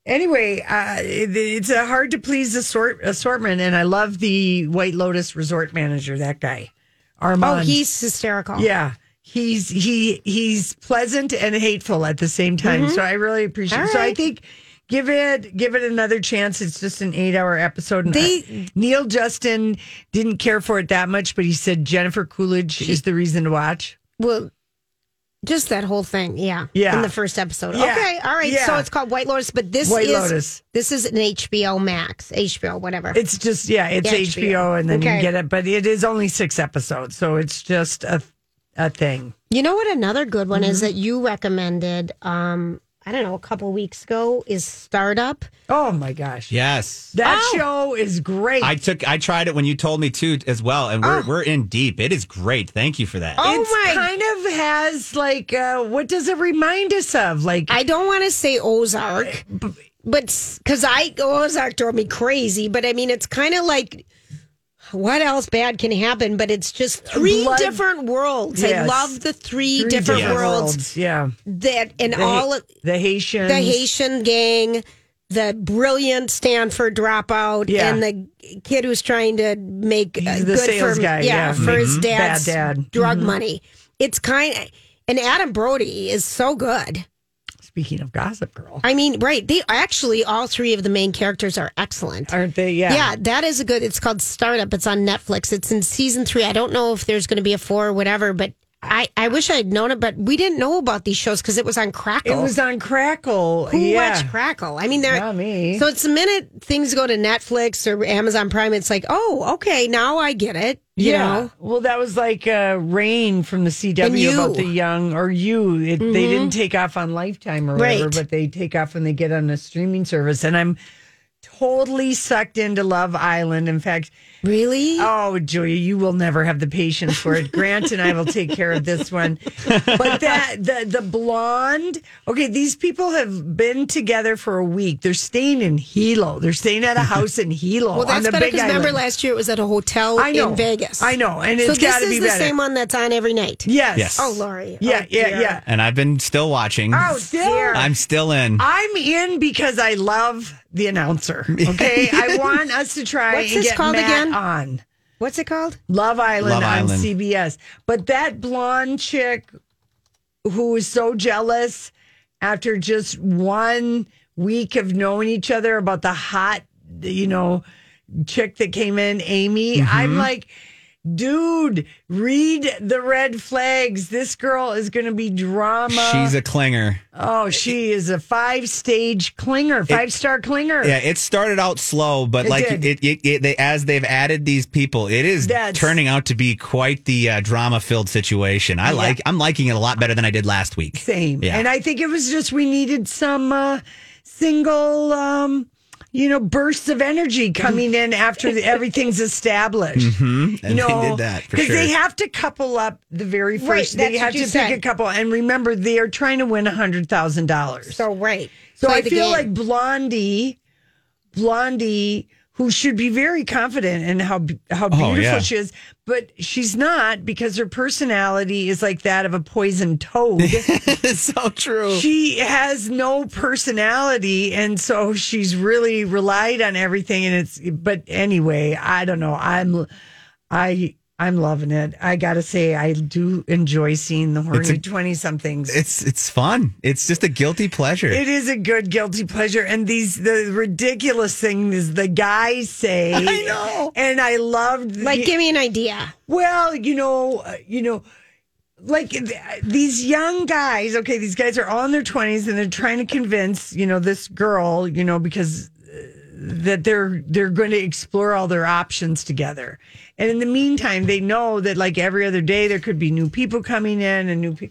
Speaker 2: Anyway, uh, it, it's a hard to please assort, assortment, and I love the White Lotus resort manager. That guy, Armand.
Speaker 3: Oh, he's hysterical.
Speaker 2: yeah, he's he he's pleasant and hateful at the same time.
Speaker 3: Mhm.
Speaker 2: So I really appreciate.
Speaker 3: All
Speaker 2: it. So I
Speaker 3: right.
Speaker 2: think give it give it another chance. It's just an eight hour episode. And
Speaker 3: They-
Speaker 2: I- Neil Justin didn't care for it that much, but he said Jennifer Coolidge is the reason to watch.
Speaker 3: Well, just that whole thing. Yeah.
Speaker 2: Yeah.
Speaker 3: In the first episode.
Speaker 2: Yeah.
Speaker 3: Okay. All right. So
Speaker 2: Yeah.
Speaker 3: it's called White Lotus, but this
Speaker 2: White
Speaker 3: is
Speaker 2: Lotus.
Speaker 3: this is an HBO Max, HBO, whatever.
Speaker 2: It's just yeah, it's
Speaker 3: Yeah,
Speaker 2: HBO, and then you
Speaker 3: Okay.
Speaker 2: get it, but it is only six episodes, so it's just a a thing.
Speaker 3: You know what? Another good one
Speaker 2: Mm-hmm.
Speaker 3: is that you recommended. Um, I don't know, a couple weeks ago is Startup.
Speaker 2: Oh my gosh,
Speaker 1: Yes.
Speaker 2: that
Speaker 3: Oh.
Speaker 2: show is great.
Speaker 1: I took I tried it when you told me to as well, and we're we're in deep. It is great. Thank you for that.
Speaker 2: oh my, kind of has like uh, what does it remind us of? Like
Speaker 3: I don't want to say
Speaker 2: Eh,
Speaker 3: Ozark, but because I Ozark drove me crazy. But I mean, it's kind of like what else bad can happen? But it's just three
Speaker 2: Blood-
Speaker 3: different worlds. I
Speaker 2: Yes.
Speaker 3: love the three,
Speaker 2: three
Speaker 3: different, worlds,
Speaker 2: Yeah,
Speaker 3: that and
Speaker 2: the, Ha-
Speaker 3: all of
Speaker 2: the Haitians,
Speaker 3: the Haitian gang, the brilliant Stanford dropout,
Speaker 2: Yeah.
Speaker 3: and the kid who's trying to make uh,
Speaker 2: the
Speaker 3: good
Speaker 2: sales
Speaker 3: for
Speaker 2: guy, yeah.
Speaker 3: for his
Speaker 2: Mhm.
Speaker 3: dad's
Speaker 2: Bad dad.
Speaker 3: drug
Speaker 2: Mhm.
Speaker 3: money. It's kind of and Adam Brody is so good.
Speaker 2: Speaking of Gossip Girl,
Speaker 3: I mean, right? They actually all three of the main characters are excellent.
Speaker 2: aren't they? Yeah,
Speaker 3: Yeah, that is a good. It's called Startup. It's on Netflix. It's in season three. I don't know if there's going to be a four or whatever, but I, I wish I'd known it. But we didn't know about these shows because it was on
Speaker 2: It
Speaker 3: Crackle.
Speaker 2: was on Crackle.
Speaker 3: Who
Speaker 2: yeah.
Speaker 3: watched Crackle? I mean, they're
Speaker 2: Not me.
Speaker 3: so it's the minute things go to Netflix or Amazon Prime, it's like, oh, okay, now I get it. You
Speaker 2: yeah.
Speaker 3: know,
Speaker 2: Well, that was like uh, Rain from the
Speaker 3: And
Speaker 2: CW
Speaker 3: you.
Speaker 2: about the young or you. It, They
Speaker 3: Mhm.
Speaker 2: didn't take off on Lifetime or whatever,
Speaker 3: Right.
Speaker 2: but they take off when they get on a streaming service. And I'm totally sucked into Love Island. In fact,
Speaker 3: really.
Speaker 2: oh, Julia, you will never have the patience for it. Grant and I will take care of this one. But that the the blonde. Okay, these people have been together for a week. They're staying in Hilo. They're staying at a house in Hilo.
Speaker 3: Well,
Speaker 2: on
Speaker 3: that's
Speaker 2: the
Speaker 3: better
Speaker 2: Big
Speaker 3: because remember
Speaker 2: Island.
Speaker 3: last year it was at a hotel
Speaker 2: I know.
Speaker 3: in Vegas.
Speaker 2: I know, and
Speaker 3: so
Speaker 2: it's
Speaker 3: this
Speaker 2: gotta
Speaker 3: is
Speaker 2: be
Speaker 3: the
Speaker 2: better.
Speaker 3: same one that's on every night.
Speaker 2: Yes.
Speaker 1: Yes.
Speaker 3: Oh, Lori.
Speaker 2: Yeah,
Speaker 3: Oh,
Speaker 2: yeah,
Speaker 3: dear.
Speaker 2: yeah.
Speaker 1: And I've been still watching.
Speaker 2: Oh, dear.
Speaker 1: I'm still in.
Speaker 2: I'm in because I love the announcer. Okay, I want us to try
Speaker 3: What's
Speaker 2: and
Speaker 3: this
Speaker 2: get
Speaker 3: called
Speaker 2: Matt
Speaker 3: again?
Speaker 2: on
Speaker 3: What's it called?
Speaker 2: Love Island
Speaker 1: Love
Speaker 2: on
Speaker 1: Island.
Speaker 2: CBS. But that blonde chick who is so jealous after just one week of knowing each other about the hot, you know, chick that came in, Amy.
Speaker 1: Mm-hmm.
Speaker 2: I'm like. Dude, read the red flags. This girl is going to be drama.
Speaker 1: She's a clinger.
Speaker 2: Oh, she is a five stage clinger, five star clinger.
Speaker 1: Yeah, it started out slow, but
Speaker 2: Oh. It
Speaker 1: like
Speaker 2: did.
Speaker 1: it, it, it, they, as they've added these people, it is
Speaker 2: That's-
Speaker 1: turning out to be quite the uh, drama filled situation. I like I'm liking it a lot better than I did last week.
Speaker 2: Same.
Speaker 1: Yeah.
Speaker 2: And I think it was just we needed some uh, single, um, you know, bursts of energy coming in after the, everything's established.
Speaker 1: Mhm. And
Speaker 2: you know,
Speaker 1: they did that for
Speaker 2: because
Speaker 1: sure.
Speaker 2: they have to couple up the very first.
Speaker 3: Right, that's
Speaker 2: they have
Speaker 3: what you
Speaker 2: to
Speaker 3: said.
Speaker 2: pick a couple, and remember, they are trying to win a hundred thousand dollars.
Speaker 3: So right.
Speaker 2: So
Speaker 3: Play
Speaker 2: I
Speaker 3: the
Speaker 2: feel
Speaker 3: game.
Speaker 2: like Blondie, Blondie, who should be very confident in how be- how beautiful
Speaker 1: Oh, yeah.
Speaker 2: she is, but she's not because her personality is like that of a poisoned toad.
Speaker 1: it's so true.
Speaker 2: she has no personality, and so she's really relied on everything. And it's but anyway, I don't know. I'm I. I'm loving it. I gotta say, I do enjoy seeing the
Speaker 1: It's a-
Speaker 2: horny twenty somethings.
Speaker 1: It's it's fun. It's just a guilty pleasure.
Speaker 2: It is a good guilty pleasure. And these the ridiculous things the guys say.
Speaker 1: I know.
Speaker 2: And I loved the-
Speaker 3: Like, give me an idea.
Speaker 2: well, you know, uh, you know, like th- these young guys. Okay, these guys are all in their twenties, and they're trying to convince you know this girl, you know, because uh, that they're they're going to explore all their options together. And in the meantime, they know that like every other day there could be new people coming in and new. Pe-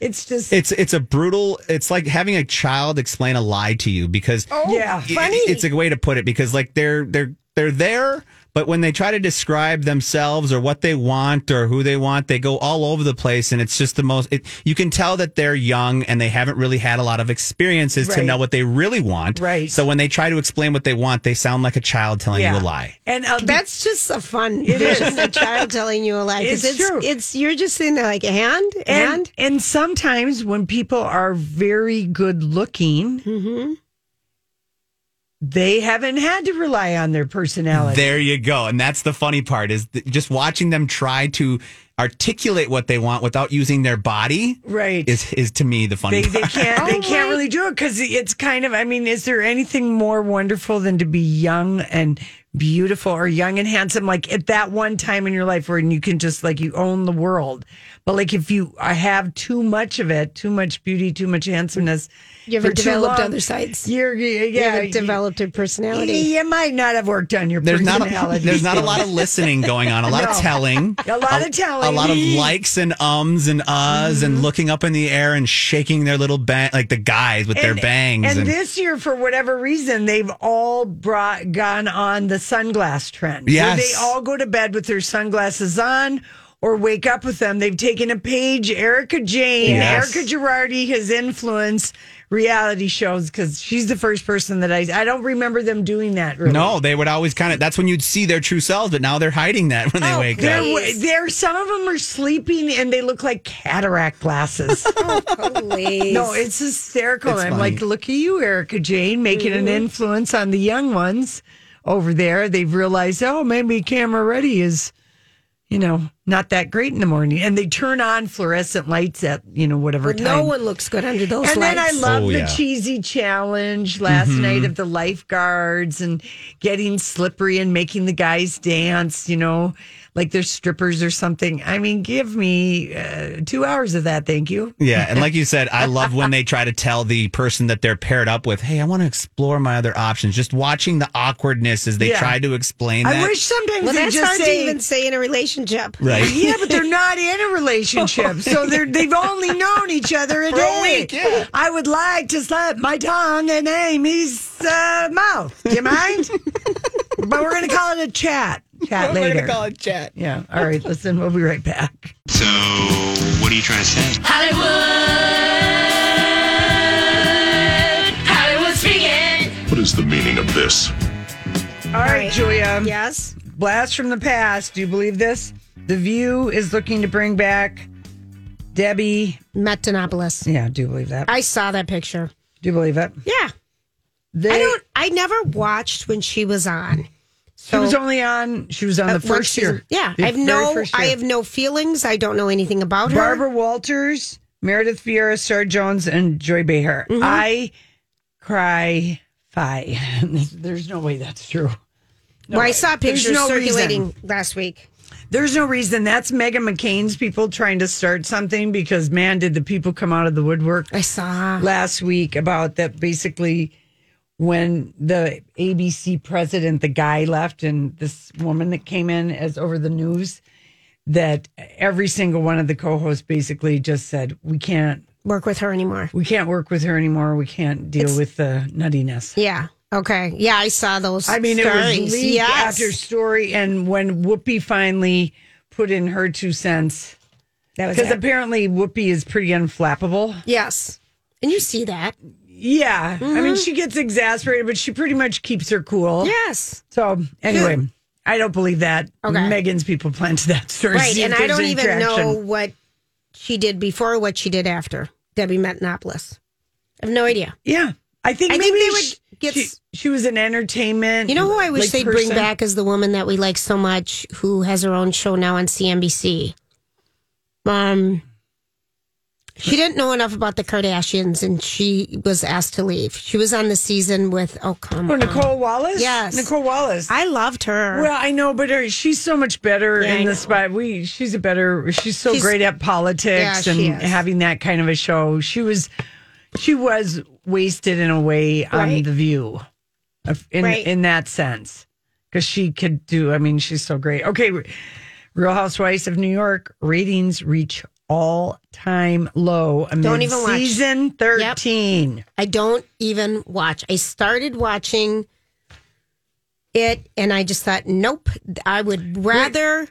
Speaker 2: it's just
Speaker 1: It's it's a brutal. It's like having a child explain a lie to you because
Speaker 2: yeah.
Speaker 1: i- It's a way to put it because like they're they're they're there, But when they try to describe themselves or what they want or who they want, they go all over the place. And it's just the most, it, you can tell that they're young and they haven't really had a lot of experiences to
Speaker 2: Right.
Speaker 1: know what they really want.
Speaker 2: Right.
Speaker 1: So when they try to explain what they want, they sound like a child telling you
Speaker 2: Yeah.
Speaker 1: a lie.
Speaker 2: And uh,
Speaker 3: that's just a fun
Speaker 2: It
Speaker 3: vision
Speaker 2: is.
Speaker 3: of a child telling you a lie. 'cause
Speaker 2: It's true.
Speaker 3: It's you're just sitting there like and and,
Speaker 2: and and sometimes when people are very good looking,
Speaker 3: Mm-hmm.
Speaker 2: they haven't had to rely on their personality.
Speaker 1: There you go. And that's the funny part is th- just watching them try to articulate what they want without using their body.
Speaker 2: Right.
Speaker 1: Is, is to me the funny
Speaker 2: they,
Speaker 1: part.
Speaker 2: they can't
Speaker 3: Oh,
Speaker 2: they can't really do it because it's kind of I mean is there anything more wonderful than to be young and beautiful or young and handsome like at that one time in your life where you can just like you own the world but like if you uh, have too much of it too much beauty too much handsomeness
Speaker 3: you haven't
Speaker 2: for too
Speaker 3: developed
Speaker 2: long,
Speaker 3: other sides.
Speaker 2: you're, you
Speaker 3: You
Speaker 2: yeah
Speaker 3: haven't developed a
Speaker 2: you,
Speaker 3: personality.
Speaker 2: you might not have worked on your
Speaker 1: There's not a,
Speaker 2: personality
Speaker 1: there's not a lot of listening going on. A lot of
Speaker 2: No.
Speaker 1: telling.
Speaker 2: A lot of telling. Mm-hmm.
Speaker 1: A lot of likes and ums and uhs and looking up in the air and shaking their little bang like the guys with their bangs.
Speaker 2: And, this year, for whatever reason, they've all brought gone on the sunglass trend. where
Speaker 1: Yes.
Speaker 2: they all go to bed with their sunglasses on. Or wake up with them. They've taken a page. Erica Jane,
Speaker 1: Yes.
Speaker 2: Erica Girardi has influenced reality shows because she's the first person that I I don't remember them doing that. Really.
Speaker 1: no, they would always kind of. That's when you'd see their true selves, but now they're hiding that when they wake
Speaker 2: Oh, They're,
Speaker 1: up.
Speaker 2: wa- they're some of them are sleeping and they look like cataract glasses. No, it's hysterical.
Speaker 1: It's
Speaker 2: I'm
Speaker 1: funny.
Speaker 2: like, look at you, Erica Jane, making
Speaker 3: Mm-hmm.
Speaker 2: an influence on the young ones over there. They've realized, oh, maybe camera ready is, you know, not that great in the morning. And they turn on fluorescent lights at, you know, whatever
Speaker 3: But
Speaker 2: time.
Speaker 3: no one looks good under those
Speaker 2: and
Speaker 3: lights. Mm-hmm.
Speaker 2: then I love
Speaker 1: Oh,
Speaker 2: the
Speaker 1: yeah.
Speaker 2: cheesy challenge last night of the lifeguards and getting slippery and making the guys dance, you know, like they're strippers or something. I mean, give me uh, two hours of that. Thank you.
Speaker 1: Yeah, and like you said, I love when they try to tell the person that they're paired up with, "Hey, I want to explore my other options." Just watching the awkwardness as they
Speaker 2: Yeah.
Speaker 1: try to explain that.
Speaker 2: I wish sometimes
Speaker 3: well,
Speaker 2: they
Speaker 3: that's
Speaker 2: just
Speaker 3: hard
Speaker 2: say,
Speaker 3: to even say in a relationship.
Speaker 1: right.
Speaker 2: yeah, but they're not in a relationship, so they're they've only known each other a
Speaker 1: Oh, For a
Speaker 2: day.
Speaker 1: week, yeah.
Speaker 2: I would like to slap my tongue in Amy's uh, mouth. Do you mind? but we're gonna call it a chat. Chat
Speaker 1: We're
Speaker 2: later.
Speaker 1: gonna call it chat.
Speaker 2: yeah. All right. Listen, we'll be right back.
Speaker 11: So, what are you trying to say?
Speaker 12: Hollywood. Hollywood speaking.
Speaker 13: What is the meaning of this?
Speaker 2: All right, Julia.
Speaker 3: Yes.
Speaker 2: Blast from the past. Do you believe this? The View is looking to bring back Debbie
Speaker 3: Metanopoulos.
Speaker 2: Yeah, I do believe that.
Speaker 3: I saw that picture.
Speaker 2: Do you believe it?
Speaker 3: Yeah.
Speaker 2: They,
Speaker 3: I don't. I never watched when she was on.
Speaker 2: she was only on. She was on the
Speaker 3: Uh, when
Speaker 2: first
Speaker 3: she's-
Speaker 2: year.
Speaker 3: Yeah,
Speaker 2: The
Speaker 3: I have
Speaker 2: very
Speaker 3: no.
Speaker 2: first
Speaker 3: I
Speaker 2: year.
Speaker 3: have no feelings. I don't know anything about her.
Speaker 2: Barbara Walters, Meredith Vieira, Sarah Jones, and Joy Behar.
Speaker 3: Mm-hmm.
Speaker 2: I cry fi. There's no way that's true. No
Speaker 3: well, I
Speaker 2: way.
Speaker 3: saw
Speaker 2: There's
Speaker 3: pictures
Speaker 2: no
Speaker 3: circulating
Speaker 2: reason.
Speaker 3: last week.
Speaker 2: There's no reason. That's Megan McCain's people trying to start something because, man, did the people come out of the woodwork.
Speaker 3: I saw.
Speaker 2: last week about that basically when the ABC president, the guy left, and this woman that came in as over the news, that every single one of the co hosts basically just said, We can't
Speaker 3: work with her anymore.
Speaker 2: We can't work with her anymore. We can't deal
Speaker 3: It's-
Speaker 2: with the nuttiness.
Speaker 3: Yeah. Okay. Yeah, I saw those.
Speaker 2: I mean, it
Speaker 3: stories.
Speaker 2: was leak
Speaker 3: Yes.
Speaker 2: after story. And when Whoopi finally put in her two cents,
Speaker 3: That was
Speaker 2: because
Speaker 3: it.
Speaker 2: apparently Whoopi is pretty unflappable.
Speaker 3: Yes. And you see that.
Speaker 2: Yeah. I
Speaker 3: Mm-hmm.
Speaker 2: mean, she gets exasperated, but she pretty much keeps her cool.
Speaker 3: Yes.
Speaker 2: So, anyway, I don't believe that.
Speaker 3: Okay.
Speaker 2: Megan's people planned that story.
Speaker 3: Right.
Speaker 2: see if
Speaker 3: And I
Speaker 2: there's
Speaker 3: don't
Speaker 2: any
Speaker 3: even know
Speaker 2: traction.
Speaker 3: what she did before, what she did after Debbie Metanopoulos. I have no idea.
Speaker 2: Yeah. I think
Speaker 3: I
Speaker 2: maybe
Speaker 3: think they
Speaker 2: she,
Speaker 3: would get-
Speaker 2: she, she was an entertainment.
Speaker 3: You know who I wish
Speaker 2: like,
Speaker 3: they'd bring
Speaker 2: person.
Speaker 3: back is the woman that we like so much who has her own show now on CNBC. Um, she didn't know enough about the Kardashians and she was asked to leave. She was on the season with, oh, come
Speaker 2: Oh,
Speaker 3: on.
Speaker 2: Nicole Wallace?
Speaker 3: Yes.
Speaker 2: Nicole Wallace.
Speaker 3: I loved her.
Speaker 2: Well, I know, but her, she's so much better
Speaker 3: Yeah, I
Speaker 2: in
Speaker 3: know.
Speaker 2: the spot. We, she's a better. She's so
Speaker 3: She's-
Speaker 2: great at politics
Speaker 3: Yeah,
Speaker 2: and
Speaker 3: she is.
Speaker 2: having that kind of a show. She was, she was wasted in a way on
Speaker 3: Right.
Speaker 2: the View, of- in
Speaker 3: Right.
Speaker 2: in that sense, because she could do. I mean, she's so great. Okay, Real Housewives of New York ratings reach all time low.
Speaker 3: Don't
Speaker 2: amid
Speaker 3: even watch.
Speaker 2: season thirteen.
Speaker 3: I don't even watch. I started watching it, and I just thought, nope, I would rather.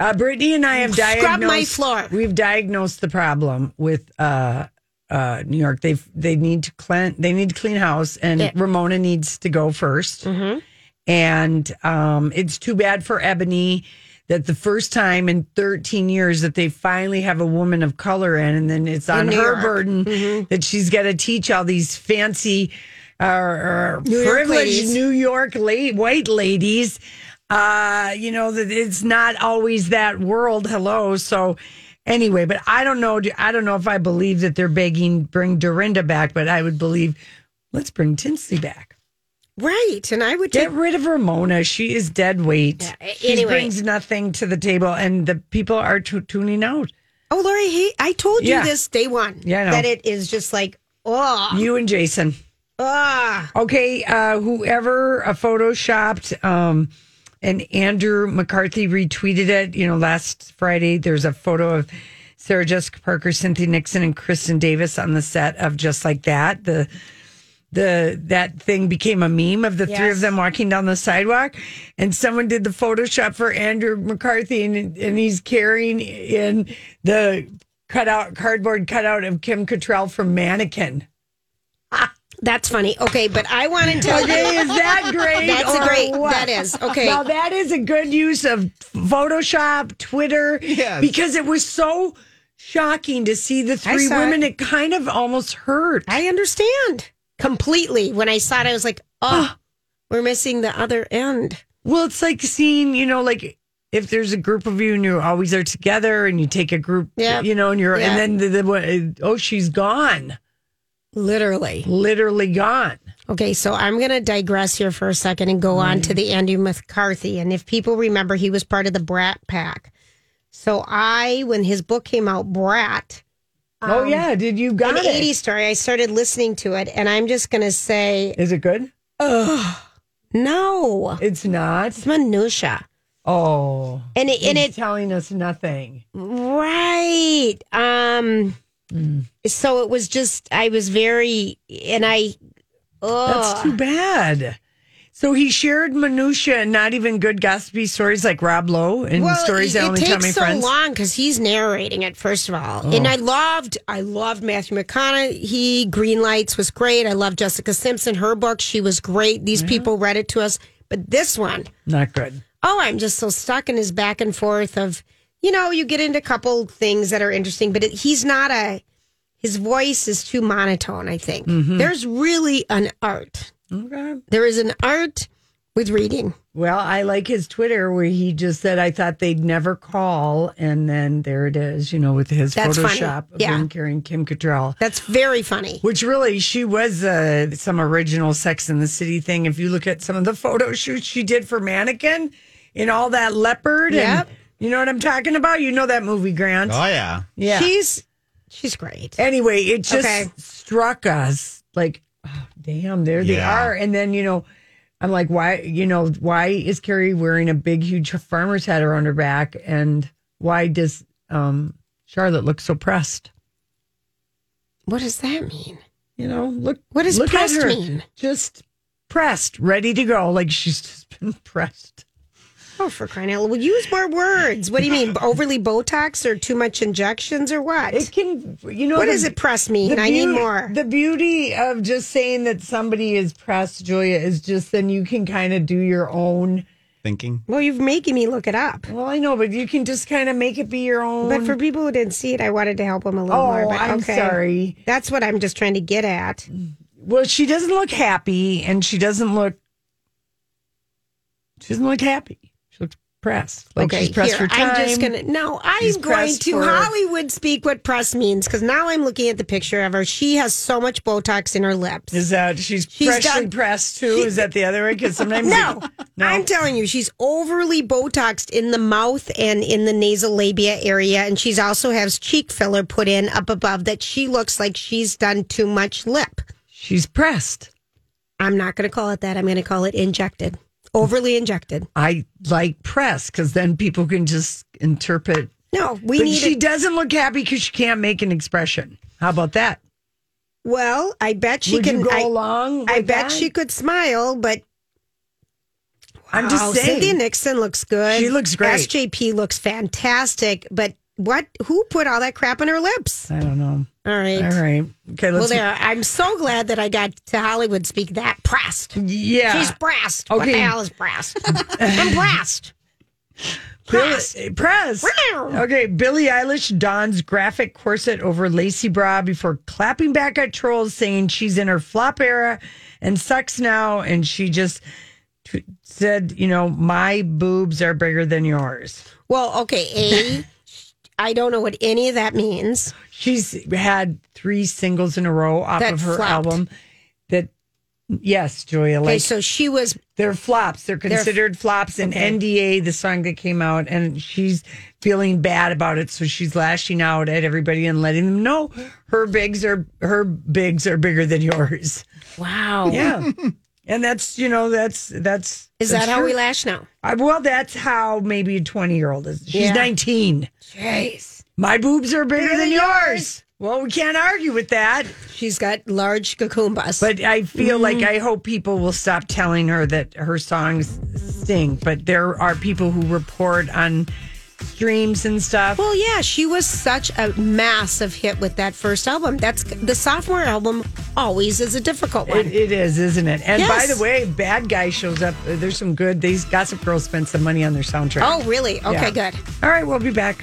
Speaker 2: Uh, Brittany and I have diagnosed.
Speaker 3: Scrub my floor.
Speaker 2: We've diagnosed the problem with uh, uh, New York. They they need to clean. They need to clean house, and
Speaker 3: Yeah. Mm-hmm.
Speaker 2: Ramona needs to go 1st And um, it's too bad for Ebony that the first time in 13 years that they finally have a woman of color in, and then it's on
Speaker 3: New
Speaker 2: her
Speaker 3: York. Mm-hmm.
Speaker 2: burden that she's got to teach all these fancy, uh, uh,
Speaker 3: New York
Speaker 2: privileged
Speaker 3: ladies.
Speaker 2: New York la- white ladies. Uh, you know that it's not always that world. Hello, so anyway, but I don't know. I don't know if I believe that they're begging bring Dorinda back, but I would believe let's bring Tinsley back.
Speaker 3: Right. And I would
Speaker 2: Get rid of Ramona. She is dead weight.
Speaker 3: a-
Speaker 2: She
Speaker 3: anyway.
Speaker 2: brings nothing to the table, and the people are tu- tuning out.
Speaker 3: Oh, Lori, he, I told you
Speaker 2: Yeah.
Speaker 3: this day one.
Speaker 2: Yeah, I know.
Speaker 3: That it is just like, oh,
Speaker 2: You and Jason.
Speaker 3: ah.
Speaker 2: Okay, uh, whoever uh, photoshopped um, and Andrew McCarthy retweeted it, you know, last Friday, there's a photo of Sarah Jessica Parker, Cynthia Nixon, and Kristen Davis on the set of Just Like That. The the that thing became a meme of the three of
Speaker 3: Yes.
Speaker 2: them walking down the sidewalk and someone did the photoshop for Andrew McCarthy and, and he's carrying in the cutout cardboard cutout of Kim Cattrall from Mannequin.
Speaker 3: That's funny. Okay, but I want to tell
Speaker 2: Okay,
Speaker 3: you.
Speaker 2: is that great?
Speaker 3: That's a
Speaker 2: or
Speaker 3: great.
Speaker 2: what?
Speaker 3: That is okay.
Speaker 2: Now that is a good use of Photoshop, Twitter,
Speaker 1: Yes.
Speaker 2: because it was so shocking to see the
Speaker 3: I
Speaker 2: three
Speaker 3: saw
Speaker 2: women. It. kind of almost hurt.
Speaker 3: I understand completely. When I saw it, I was like, oh, we're missing the other end.
Speaker 2: Well, it's like seeing, you know, like if there's a group of you and you always are together, and you take a group,
Speaker 3: Yep.
Speaker 2: you know, and you're,
Speaker 3: Yeah.
Speaker 2: and then the, the oh, she's gone,
Speaker 3: Literally.
Speaker 2: literally gone.
Speaker 3: Okay, so I'm going to digress here for a second and go on to the Andrew McCarthy. And if people remember, he was part of the Brat Pack. So I, when his book came out, Brat,
Speaker 2: oh yeah, did you got
Speaker 3: Um, an
Speaker 2: it?
Speaker 3: 80s story, I started listening to it. And I'm just going to say,
Speaker 2: Is it good?
Speaker 3: ugh, no,
Speaker 2: It's not.
Speaker 3: it's minutia.
Speaker 2: Oh,
Speaker 3: And it, and
Speaker 2: it's
Speaker 3: it,
Speaker 2: telling us nothing.
Speaker 3: right. Um,
Speaker 2: Mm.
Speaker 3: so it was just, I was very, and I,
Speaker 2: That's
Speaker 3: ugh.
Speaker 2: too bad. So he shared minutia and not even good gossipy stories like Rob Lowe and stories
Speaker 3: it,
Speaker 2: that
Speaker 3: it
Speaker 2: only
Speaker 3: takes
Speaker 2: tell me
Speaker 3: so
Speaker 2: friends.
Speaker 3: long because he's narrating it first of all,
Speaker 2: Oh.
Speaker 3: and I loved I loved Matthew McConaughey. Green Lights was great. I loved Jessica Simpson. Her book, she was great. These people read it to us, but this one,
Speaker 2: Not good.
Speaker 3: oh, I'm just so stuck in his back and forth of you know you get into a couple things that are interesting, but it, he's not a his voice is too monotone. I think
Speaker 2: Mm-hmm.
Speaker 3: there's really an art.
Speaker 2: Okay.
Speaker 3: There is an art with reading.
Speaker 2: Well, I like his Twitter where he just said, I thought they'd never call. And then there it is, you know, with his
Speaker 3: That's funny.
Speaker 2: Photoshop of
Speaker 3: Yeah.
Speaker 2: him carrying Kim Cattrall.
Speaker 3: That's very funny.
Speaker 2: Which really, she was uh, some original Sex in the City thing. If you look at some of the photo shoots she did for Mannequin in all that leopard.
Speaker 3: Yep.
Speaker 2: And, you know what I'm talking about? You know that movie, Grant.
Speaker 1: Oh yeah.
Speaker 2: yeah.
Speaker 3: She's she's great.
Speaker 2: anyway, it just
Speaker 3: Okay.
Speaker 2: struck us like, oh, damn, there they
Speaker 1: Yeah.
Speaker 2: are. And then, you know, I'm like, why, you know, why is Carrie wearing a big, huge farmer's hat around her back? And why does um, Charlotte look so pressed?
Speaker 3: What does that mean?
Speaker 2: You know, look,
Speaker 3: What does
Speaker 2: look
Speaker 3: pressed
Speaker 2: at her.
Speaker 3: mean?
Speaker 2: Just pressed, ready to go. Like she's just been pressed.
Speaker 3: Oh, for crying out loud. Well, use more words. What do you mean? Overly Botox or too much injections or what?
Speaker 2: It can, you know,
Speaker 3: what
Speaker 2: the-
Speaker 3: does it press mean?
Speaker 2: The
Speaker 3: I need
Speaker 2: beauty-
Speaker 3: more.
Speaker 2: The beauty of just saying that somebody is pressed, Julia, is just then you can kind of do your own.
Speaker 1: Thinking.
Speaker 3: well, you're making me look it up.
Speaker 2: Well, I know, but you can just kind of make it be your own.
Speaker 3: But for people who didn't see it, I wanted to help them a little
Speaker 2: oh,
Speaker 3: more. But
Speaker 2: I'm
Speaker 3: okay.
Speaker 2: sorry.
Speaker 3: That's what I'm just trying to get at.
Speaker 2: Well, she doesn't look happy, and she doesn't look. She doesn't look happy. She looks pressed. Like
Speaker 3: okay,
Speaker 2: she's pressed for
Speaker 3: here,
Speaker 2: time.
Speaker 3: I'm just gonna. No,
Speaker 2: She's
Speaker 3: I'm going
Speaker 2: pressed
Speaker 3: to
Speaker 2: for-
Speaker 3: Hollywood speak what press means because now I'm looking at the picture of her. She has so much Botox in her lips.
Speaker 2: Is that she's,
Speaker 3: She's
Speaker 2: freshly
Speaker 3: done-
Speaker 2: pressed too? Is that the other way? Because sometimes
Speaker 3: No,
Speaker 2: No.
Speaker 3: I'm telling you, she's overly Botoxed in the mouth and in the nasal labia area, and she's also has cheek filler put in up above that she looks like she's done too much lip.
Speaker 2: she's pressed.
Speaker 3: I'm not going to call it that. I'm going to call it injected, overly injected.
Speaker 2: I like pressed because then people can just interpret.
Speaker 3: No, we
Speaker 2: but
Speaker 3: need.
Speaker 2: she
Speaker 3: it-
Speaker 2: doesn't look happy because she can't make an expression. How about that?
Speaker 3: well, I bet she
Speaker 2: Would
Speaker 3: can
Speaker 2: you go
Speaker 3: I,
Speaker 2: along.
Speaker 3: I
Speaker 2: with
Speaker 3: bet
Speaker 2: that?
Speaker 3: she could smile, but
Speaker 2: I'm just
Speaker 3: Wow,
Speaker 2: saying.
Speaker 3: Cynthia Nixon looks good.
Speaker 2: She looks great.
Speaker 3: SJP looks fantastic. But what? Who put all that crap on her lips?
Speaker 2: I don't know.
Speaker 3: All right.
Speaker 2: All right. Okay.
Speaker 3: well,
Speaker 2: Let's.
Speaker 3: there. I'm so glad that I got to Hollywood speak that pressed.
Speaker 2: Yeah.
Speaker 3: She's brassed. What the
Speaker 2: Okay.
Speaker 3: hell is brassed? I'm brassed.
Speaker 2: Press. Press. Okay, Billie Eilish dons graphic corset over lacy bra before clapping back at trolls, saying she's in her flop era and sucks now. And she just t- said, you know, my boobs are bigger than yours.
Speaker 3: Well, okay. A, I don't know what any of that means.
Speaker 2: She's had three singles in a row off
Speaker 3: That
Speaker 2: of her
Speaker 3: flopped.
Speaker 2: album. That yes, Julia.
Speaker 3: Okay,
Speaker 2: Like
Speaker 3: so she was
Speaker 2: they're flops. They're
Speaker 3: They're-
Speaker 2: considered flops. And
Speaker 3: Okay.
Speaker 2: NDA, the song that came out, and she's feeling bad about it, so she's lashing out at everybody and letting them know her bigs are her bigs are bigger than yours.
Speaker 3: wow.
Speaker 2: Yeah, and that's you know that's that's
Speaker 3: Is
Speaker 2: that's
Speaker 3: that how we
Speaker 2: true.
Speaker 3: lash now?
Speaker 2: I, well, that's how maybe a twenty year old is. She's
Speaker 3: Yeah.
Speaker 2: nineteen.
Speaker 3: Jeez.
Speaker 2: My boobs are bigger,
Speaker 3: Bigger
Speaker 2: than
Speaker 3: than
Speaker 2: yours. Well, we can't argue with that.
Speaker 3: She's got large cucumbas.
Speaker 2: But I feel like
Speaker 3: Mm.
Speaker 2: I hope people will stop telling her that her songs stink. But there are people who report on streams and stuff.
Speaker 3: Well, yeah, she was such a massive hit with that first album. That's the sophomore album always is a difficult one.
Speaker 2: It, it is, isn't it? And by
Speaker 3: Yes.
Speaker 2: the way, Bad Guy shows up. There's some good. These Gossip Girls spent some money on their soundtrack.
Speaker 3: oh, really? Okay,
Speaker 2: Yeah.
Speaker 3: good.
Speaker 2: All right, we'll be back.